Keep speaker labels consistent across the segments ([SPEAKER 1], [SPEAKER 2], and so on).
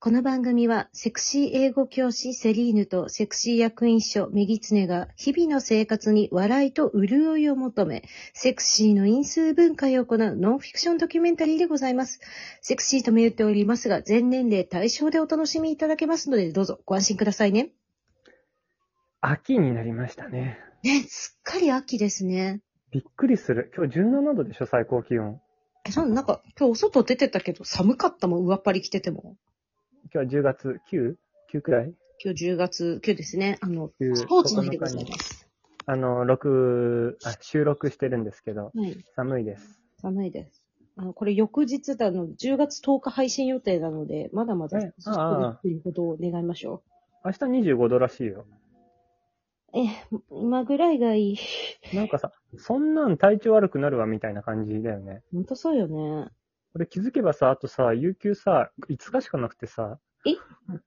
[SPEAKER 1] この番組は、セクシー英語教師セリーヌとセクシー役員秘書メギツネが、日々の生活に笑いと潤いを求め、セクシーの因数分解を行うノンフィクションドキュメンタリーでございます。セクシーと銘打っておりますが、全年齢対象でお楽しみいただけますので、どうぞご安心くださいね。
[SPEAKER 2] 秋になりましたね。
[SPEAKER 1] ね、すっかり秋ですね。
[SPEAKER 2] びっくりする。今日17度でしょ、最高気温。
[SPEAKER 1] え、そうなんか、今日お外出てたけど、寒かったもん、上っ張り着てても。
[SPEAKER 2] 今日は10月 9?9 くらい
[SPEAKER 1] 今日10月、今日ですね。あの、
[SPEAKER 2] 9
[SPEAKER 1] スポーツの日でございます。
[SPEAKER 2] あの、録、あ、収録してるんですけど、
[SPEAKER 1] はい。
[SPEAKER 2] 寒いです。
[SPEAKER 1] 寒いです。あの、これ翌日だの、10月10日配信予定なので、まだまだ
[SPEAKER 2] ね
[SPEAKER 1] 涼しくなっていることを願いましょ
[SPEAKER 2] 明日25度らしいよ。
[SPEAKER 1] う。え、今ぐらいがいい。
[SPEAKER 2] なんかさ、そんなん体調悪くなるわみたいな感じだよね。
[SPEAKER 1] ほんとそうよね。
[SPEAKER 2] 俺気づけばさ、あとさ、有給さ、5日しかなくてさ、
[SPEAKER 1] え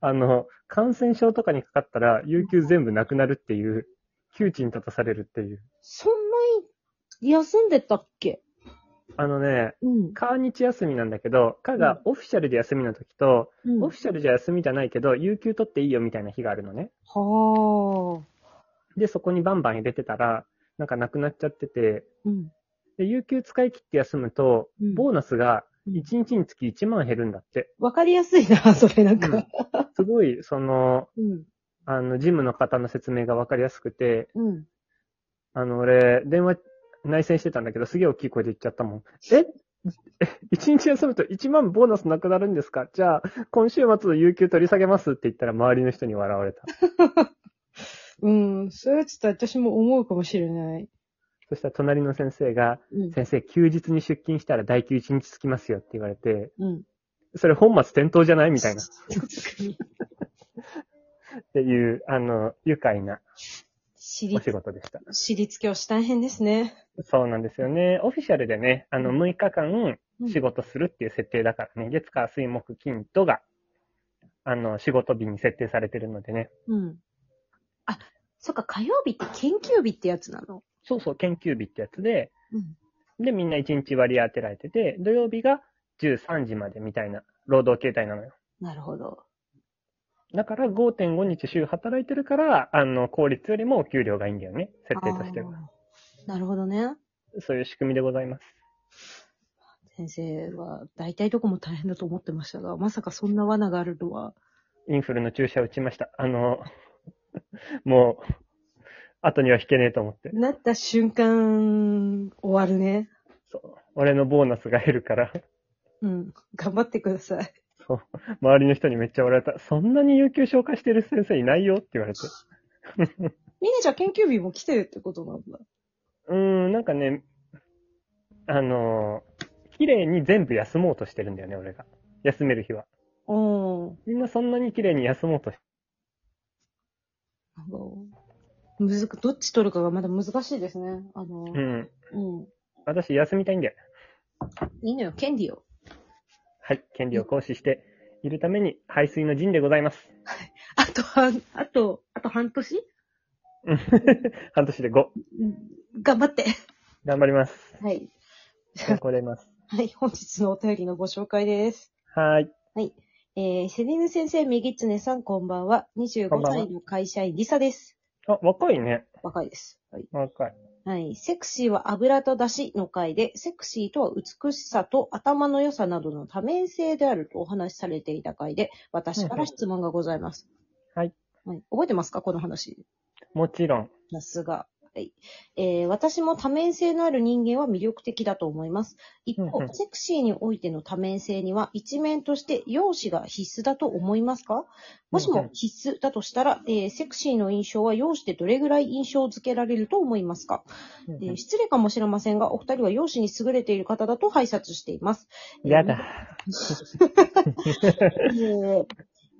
[SPEAKER 2] あの、感染症とかにかかったら、有給全部なくなるっていう、窮地に立たされるっていう。
[SPEAKER 1] そんなに休んでたっけ
[SPEAKER 2] あのね、
[SPEAKER 1] うん。
[SPEAKER 2] カー日休みなんだけど、カがオフィシャルで休みの時と、
[SPEAKER 1] うん、
[SPEAKER 2] オ
[SPEAKER 1] は
[SPEAKER 2] フィシャルじゃ休みじゃないけど、有給取っていいよみたいな日があるのね。
[SPEAKER 1] あ。
[SPEAKER 2] で、そこにバンバン入れてたら、なんかなくなっちゃってて、
[SPEAKER 1] うん。
[SPEAKER 2] で、有給使い切って休むと、
[SPEAKER 1] うん
[SPEAKER 2] ボーナスが1日につき1万減るんだって。
[SPEAKER 1] わかりやすいな、 それなんか。
[SPEAKER 2] すごい、その、
[SPEAKER 1] うん。
[SPEAKER 2] あの、ジムの方の説明がわかりやすくて、
[SPEAKER 1] うん。
[SPEAKER 2] あの、俺、電話内戦してたんだけど、すげえ大きい声で言っちゃったもん。ええ1日休むと1万ボーナスなくなるんですかじゃあ、今週末の有給取り下げますって言ったら周りの人に笑われた。
[SPEAKER 1] うん。そうやつって私も思うかもしれない。
[SPEAKER 2] そしたら隣の先生が、
[SPEAKER 1] うん。
[SPEAKER 2] 先生、休日に出勤したら代休1日つきますよって言われて、
[SPEAKER 1] うん。
[SPEAKER 2] それ本末転倒じゃないみたいな。
[SPEAKER 1] 確かに。
[SPEAKER 2] っていう、あの、愉快な
[SPEAKER 1] 私
[SPEAKER 2] お仕
[SPEAKER 1] 立、
[SPEAKER 2] 事でした。
[SPEAKER 1] 私立教師大変ですね。
[SPEAKER 2] そうなんですよね。オフィシャルでね、あの、
[SPEAKER 1] うん
[SPEAKER 2] 6日間
[SPEAKER 1] うん
[SPEAKER 2] 仕事するっていう設定だからね、月火水木金土が、あの、仕事日に設定されてるのでね。
[SPEAKER 1] うん。あ、そっか、火曜日って研究日ってやつなの。
[SPEAKER 2] そうそう、研究日ってやつで、
[SPEAKER 1] うん。
[SPEAKER 2] で、みんな1日割り当てられてて、土曜日が13時までみたいな労働形態なのよ。
[SPEAKER 1] なるほど。
[SPEAKER 2] だから5.5日週働いてるから、あの、効率よりもお給料がいいんだよね。設定としては。
[SPEAKER 1] あーなるほどね。
[SPEAKER 2] そういう仕組みでございます。
[SPEAKER 1] 先生は大体どこも大変だと思ってましたが、まさかそんな罠があるとは。
[SPEAKER 2] インフルの注射打ちました。あの、もう、後には引けねえと思って。
[SPEAKER 1] なった瞬間、終わるね。
[SPEAKER 2] そう。俺のボーナスが減るから、
[SPEAKER 1] うん。頑張ってください。
[SPEAKER 2] 周りの人にめっちゃ笑われた。そんなに有給消化してる先生いないよって言われて。
[SPEAKER 1] みねちゃん研究日も来てるってことなんだ。
[SPEAKER 2] うーん、なんかね、あの、綺麗に全部休もうとしてるんだよね、俺が。休める日は。
[SPEAKER 1] おー。
[SPEAKER 2] みんなそんなに綺麗に休もうとして
[SPEAKER 1] なんか、むずく、どっち取るかがまだ難しいですね。あの、
[SPEAKER 2] うん。
[SPEAKER 1] うん。
[SPEAKER 2] 私休みたいんだよ。
[SPEAKER 1] いいのよ、権利を。
[SPEAKER 2] はい。権利を行使しているために、排水の陣でございます。
[SPEAKER 1] あと半、あと、あと半年
[SPEAKER 2] うん半年で5。
[SPEAKER 1] うん頑張って。
[SPEAKER 2] 頑張ります。
[SPEAKER 1] はい。
[SPEAKER 2] 健康でいます。
[SPEAKER 1] はい、本日のお便りのご紹介です。
[SPEAKER 2] はーい。
[SPEAKER 1] えー、セリヌ先生、みぎつねさん、こんばんは。
[SPEAKER 2] こ
[SPEAKER 1] 25
[SPEAKER 2] んばんは
[SPEAKER 1] 歳の会社員、リサです。
[SPEAKER 2] あ、若いね。
[SPEAKER 1] 若いです。はい。
[SPEAKER 2] 若い。
[SPEAKER 1] はい。セクシーは油と出汁の回で、セクシーとは美しさと頭の良さなどの多面性であるとお話しされていた回で、私から質問がございます。
[SPEAKER 2] はい。
[SPEAKER 1] はい。覚えてますかこの話。
[SPEAKER 2] もちろん。
[SPEAKER 1] さすが。はい。えー私も多面性のある人間は魅力的だと思います。一
[SPEAKER 2] うんう
[SPEAKER 1] 方、
[SPEAKER 2] ん
[SPEAKER 1] セクシーにおいての多面性には、一面として容姿が必須だと思いますかもし
[SPEAKER 2] うんう
[SPEAKER 1] も
[SPEAKER 2] ん
[SPEAKER 1] 必須だとしたら、えーセクシーの印象は容姿でどれぐらい印象付けられると思いますか、えー失礼かもしれませんが、お二人は容姿に優れている方だと拝察しています。
[SPEAKER 2] やだ。
[SPEAKER 1] えー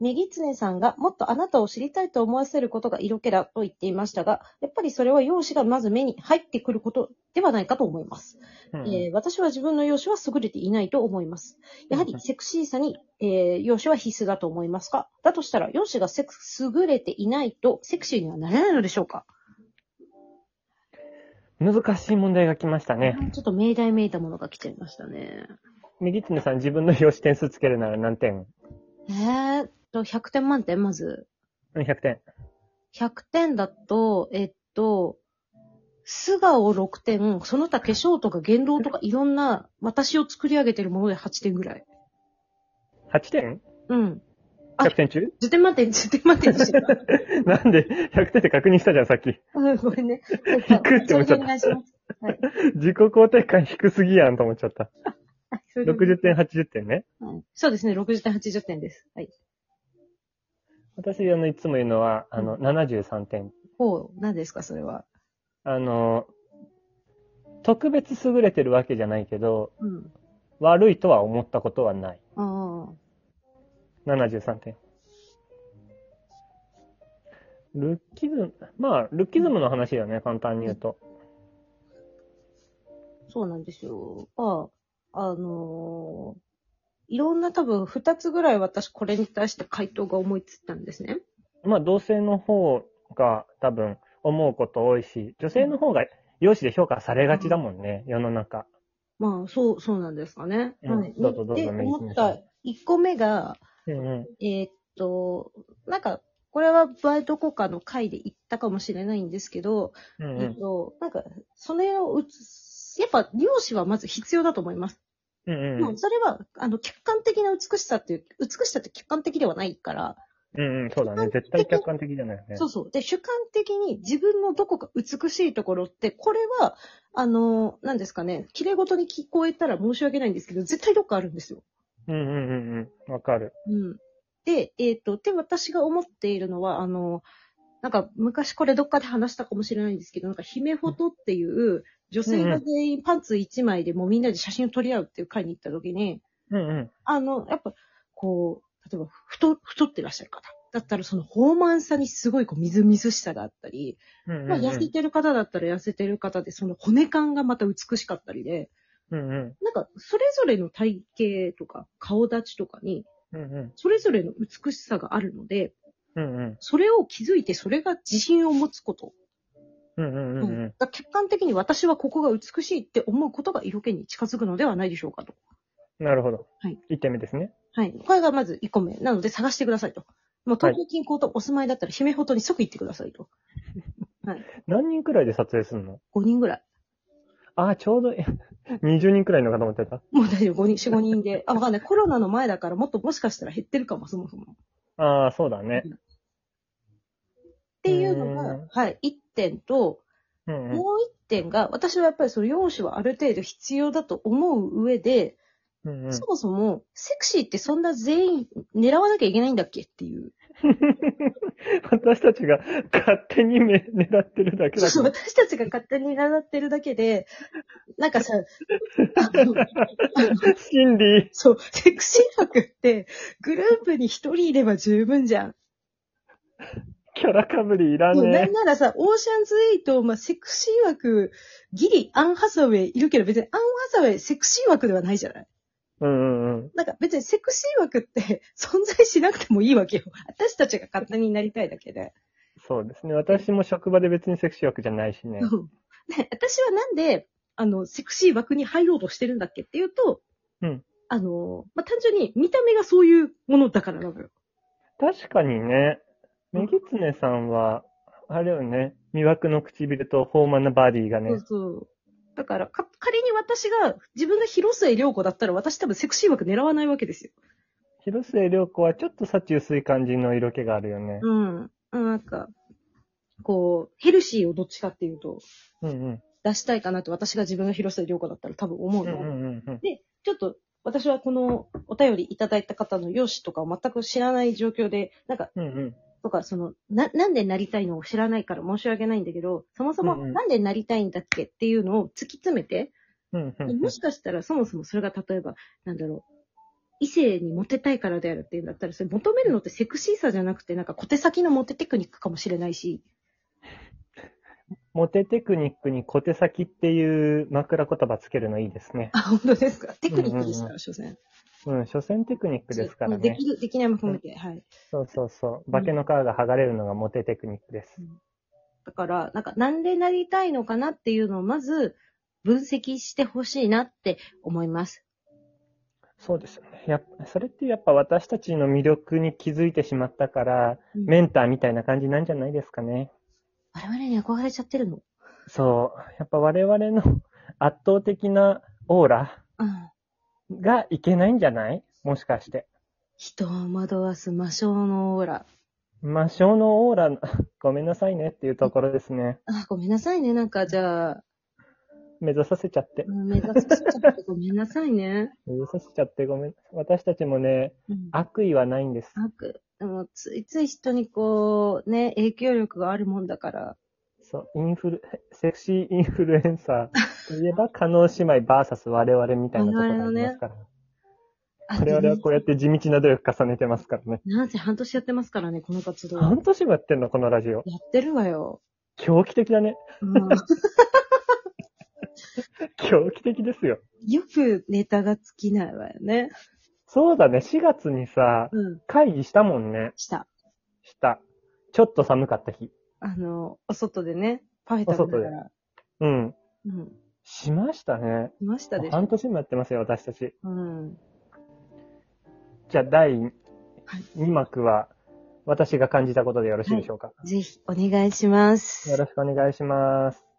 [SPEAKER 1] 右常さんがもっとあなたを知りたいと思わせることが色気だと言っていましたが、やっぱりそれは容姿がまず目に入ってくることではないかと思います。
[SPEAKER 2] うん
[SPEAKER 1] えー私は自分の容姿は優れていないと思います。やはりセクシーさに、えー容姿は必須だと思いますかだとしたら容姿がセク優れていないとセクシーにはなれないのでしょうか、
[SPEAKER 2] 難しい問題が来ましたね。
[SPEAKER 1] ちょっと命題めいたものが来ちゃいましたね。
[SPEAKER 2] 右常さん自分の表紙点数つけるなら何点
[SPEAKER 1] えーっと、100点満点、まず。
[SPEAKER 2] うん、100点。
[SPEAKER 1] 100点だと、えっと、素顔6点、その他化粧とか言動とかいろんな私を作り上げてるもので8点ぐらい。
[SPEAKER 2] 8点
[SPEAKER 1] うん。あ
[SPEAKER 2] ?100 点中
[SPEAKER 1] 10点満点、10点満点にしてた。
[SPEAKER 2] なんで、100点って確認したじゃん、さっき。
[SPEAKER 1] うん、ごめんね。
[SPEAKER 2] びっくりしてました
[SPEAKER 1] お願いします。
[SPEAKER 2] 自己肯定感低すぎやんと思っちゃった。
[SPEAKER 1] はいそれで
[SPEAKER 2] 60点、80点ね。
[SPEAKER 1] はいそうですね、60点、80点です。はい。
[SPEAKER 2] 私、あの、いつも言うのは、あの、73点。
[SPEAKER 1] ほう、何ですか、それは。
[SPEAKER 2] あの、特別優れてるわけじゃないけど、
[SPEAKER 1] うん。
[SPEAKER 2] 悪いとは思ったことはない。
[SPEAKER 1] ああ。
[SPEAKER 2] 73点。ルッキズム、まあ、ルッキズムの話だよね、簡単に言うと。
[SPEAKER 1] そうなんですよ。まあ、あのーいろんな多分二つぐらい私これに対して回答が思いついたんですね。
[SPEAKER 2] まあ、同性の方が多分思うこと多いし、女性の方が容姿で評価されがちだもんね、世の中。
[SPEAKER 1] まあ、そう、そうなんですかね。
[SPEAKER 2] うん
[SPEAKER 1] はい。
[SPEAKER 2] どうぞどうぞ
[SPEAKER 1] で、
[SPEAKER 2] メイ
[SPEAKER 1] 思っ
[SPEAKER 2] さん
[SPEAKER 1] た一個目が、
[SPEAKER 2] うんうん。
[SPEAKER 1] えーっと、なんか、これはバイト効果の回で言ったかもしれないんですけど、
[SPEAKER 2] うん
[SPEAKER 1] えっと、なんか、それをうつ、やっぱ、容姿はまず必要だと思います。
[SPEAKER 2] うん。うん
[SPEAKER 1] もうそれは、あの、客観的な美しさっていう、美しさって客観的ではないから、
[SPEAKER 2] うんうん、そうだね。絶対客観的じゃないよね。
[SPEAKER 1] そうそう。で、主観的に自分のどこか美しいところって、これは、あの、なんですかね、綺麗事に聞こえたら申し訳ないんですけど、絶対どっかあるんですよ。
[SPEAKER 2] うんうんうんうん。わかる。
[SPEAKER 1] うん。で、えっ、と、で、私が思っているのは、あの、なんか、昔これどっかで話したかもしれないんですけど、なんか、姫フォトっていう、女性が全員パンツ1枚でもうみんなで写真を撮り合うっていう会に行った時に、
[SPEAKER 2] うんうん。
[SPEAKER 1] あの、やっぱ、こう、例えば、太、太ってらっしゃる方。だったら、その、豊満さにすごい、こう、みずみずしさがあったり、
[SPEAKER 2] うんうんうん
[SPEAKER 1] まあ、痩せてる方だったら痩せてる方で、その骨感がまた美しかったりで、
[SPEAKER 2] うんうん
[SPEAKER 1] なんか、それぞれの体型とか、顔立ちとかに、
[SPEAKER 2] うんうん
[SPEAKER 1] それぞれの美しさがあるので、
[SPEAKER 2] うんうん
[SPEAKER 1] それを気づいて、それが自信を持つこと。
[SPEAKER 2] うんうんうんうん
[SPEAKER 1] だから客観的に私はここが美しいって思うことが色気に近づくのではないでしょうかと。
[SPEAKER 2] なるほど。
[SPEAKER 1] はい。
[SPEAKER 2] 1点目ですね。
[SPEAKER 1] はい。これがまず1個目。なので探してくださいと。もう東京近郊とお住まいだったら、姫ほどに即行ってくださいと。
[SPEAKER 2] 何人くらいで撮影するの
[SPEAKER 1] 5人ぐらい。
[SPEAKER 2] ああ、ちょうどいい、20人くらいのかと思ってた。
[SPEAKER 1] もう大丈夫、5人、4、5人 で。あ、わかんない。コロナの前だから、もっともしかしたら減ってるかも、そもそも。
[SPEAKER 2] ああ、そうだね。
[SPEAKER 1] っていうの
[SPEAKER 2] う
[SPEAKER 1] が
[SPEAKER 2] ん、
[SPEAKER 1] はい、一点と、
[SPEAKER 2] うんうん
[SPEAKER 1] もう一点が、私はやっぱりその容姿はある程度必要だと思う上で、
[SPEAKER 2] うんうん
[SPEAKER 1] そもそも、セクシーってそんな全員狙わなきゃいけないんだっけって いう。
[SPEAKER 2] 私たちが勝手に目狙ってるだけだか
[SPEAKER 1] そう
[SPEAKER 2] ら。
[SPEAKER 1] 私たちが勝手に狙ってるだけで、なんかさ、あの、
[SPEAKER 2] 心理。
[SPEAKER 1] そう、セクシー枠って、グループに一人いれば十分じゃん。
[SPEAKER 2] キャラかぶりいら
[SPEAKER 1] もうな
[SPEAKER 2] ね
[SPEAKER 1] んならさ、オーシャンズエイト、まあ、セクシー枠、ギリ、アンハサウェイいるけど、別にアンハサウェイセクシー枠ではないじゃない
[SPEAKER 2] え。うんうんうん。
[SPEAKER 1] なんか別にセクシー枠って 存在しなくてもいいわけよ。私たちが簡単になりたいだけで。
[SPEAKER 2] そうですね。私も職場で別にセクシー枠じゃないしね。
[SPEAKER 1] で私はなんで、あの、セクシー枠に入ろうとしてるんだっけっていうと、
[SPEAKER 2] うん
[SPEAKER 1] あの、まあ、単純に見た目がそういうものだからなのよ。
[SPEAKER 2] 確かにね、
[SPEAKER 1] うん
[SPEAKER 2] メギツネさんは、あれよね、魅惑の唇と豊満なバディがね
[SPEAKER 1] そう、そう。だから、か、仮に私が、自分が広末涼子だったら、私多分セクシー枠狙わないわけですよ。
[SPEAKER 2] 広末涼子はちょっと幸薄い感じの色気があるよね。
[SPEAKER 1] うん。なんか、こう、ヘルシーをどっちかっていうと、
[SPEAKER 2] うんうん。
[SPEAKER 1] 出したいかなって私が自分が広末涼子だったら多分思う
[SPEAKER 2] うんう
[SPEAKER 1] の。
[SPEAKER 2] んうんうん。
[SPEAKER 1] で、ちょっと、私はこのお便りいただいた方の容姿とかを全く知らない状況で、なんか、
[SPEAKER 2] うんうん。
[SPEAKER 1] とか、その、な、なんでなりたいのを知らないから申し訳ないんだけど、そもそも
[SPEAKER 2] うんうん
[SPEAKER 1] なんでなりたいんだっけっていうのを突き詰めて、
[SPEAKER 2] うんうんうん
[SPEAKER 1] もしかしたらそもそもそれが例えば、なんだろう、異性にモテたいからであるっていうんだったら、それ求めるのってセクシーさじゃなくて、なんか小手先のモテテクニックかもしれないし、
[SPEAKER 2] モテテクニックに小手先っていう枕言葉つけるのいいですね。
[SPEAKER 1] あ、本当ですかテクニックですから、所詮。
[SPEAKER 2] うん、所詮テクニックですから
[SPEAKER 1] で
[SPEAKER 2] ね
[SPEAKER 1] き。る、できないも含めて、はい。
[SPEAKER 2] そうそうそう。化けの皮が剥がれるのがモテテクニックです。
[SPEAKER 1] だから、なんか、なんでなりたいのかなっていうのをまず、分析してほしいなって思います。
[SPEAKER 2] そうですよね。やっぱそれってやっぱ私たちの魅力に気づいてしまったから、
[SPEAKER 1] うん
[SPEAKER 2] メンターみたいな感じなんじゃないですかね。
[SPEAKER 1] 我々に憧れちゃってるの。
[SPEAKER 2] そう。やっぱ我々の 圧倒的なオーラ
[SPEAKER 1] うん。
[SPEAKER 2] がいけないんじゃないもしかして。
[SPEAKER 1] 人を惑わす魔性のオーラ。
[SPEAKER 2] 魔性のオーラ の、ごめんなさいねっていうところですね。
[SPEAKER 1] あ、ごめんなさいね。なんか、じゃあ、
[SPEAKER 2] 目指させちゃって
[SPEAKER 1] う。ん目指しちゃってごめんなさいね。
[SPEAKER 2] 目指させちゃってごめん。私たちもね、
[SPEAKER 1] うん
[SPEAKER 2] 悪意はないんです。
[SPEAKER 1] 悪。でも、ついつい人にこう、ね、影響力があるもんだから。
[SPEAKER 2] そう、インフル、 セクシーインフルエンサーといえば、加納姉妹バーサス我々みたいなところがありますから。
[SPEAKER 1] あ
[SPEAKER 2] 我々はこうやっ
[SPEAKER 1] で
[SPEAKER 2] て地道な努力重ねてますからね。
[SPEAKER 1] なんせ半年やってますからね、この活動。や
[SPEAKER 2] 半年もやってんのこのラジオ。
[SPEAKER 1] ってるわよ。
[SPEAKER 2] 狂気的だね。
[SPEAKER 1] うん、
[SPEAKER 2] 狂気的ですよ。
[SPEAKER 1] よくネタが尽きないわよね。
[SPEAKER 2] そうだね、4月にさ、
[SPEAKER 1] うん。
[SPEAKER 2] 会議したもんね。
[SPEAKER 1] した。
[SPEAKER 2] した。ちょっと寒かった日。あ
[SPEAKER 1] あの、お外でね、パフェ食べながら。
[SPEAKER 2] うん。
[SPEAKER 1] うん。
[SPEAKER 2] しましたね。
[SPEAKER 1] いましたでしょ。
[SPEAKER 2] 半年もやってますよ、私たち。
[SPEAKER 1] うん。
[SPEAKER 2] じゃあ、第2
[SPEAKER 1] はい
[SPEAKER 2] 幕は、私が感じたことでよろしいでしょうか。
[SPEAKER 1] ぜひ、お願いします。
[SPEAKER 2] よろしくお願いします。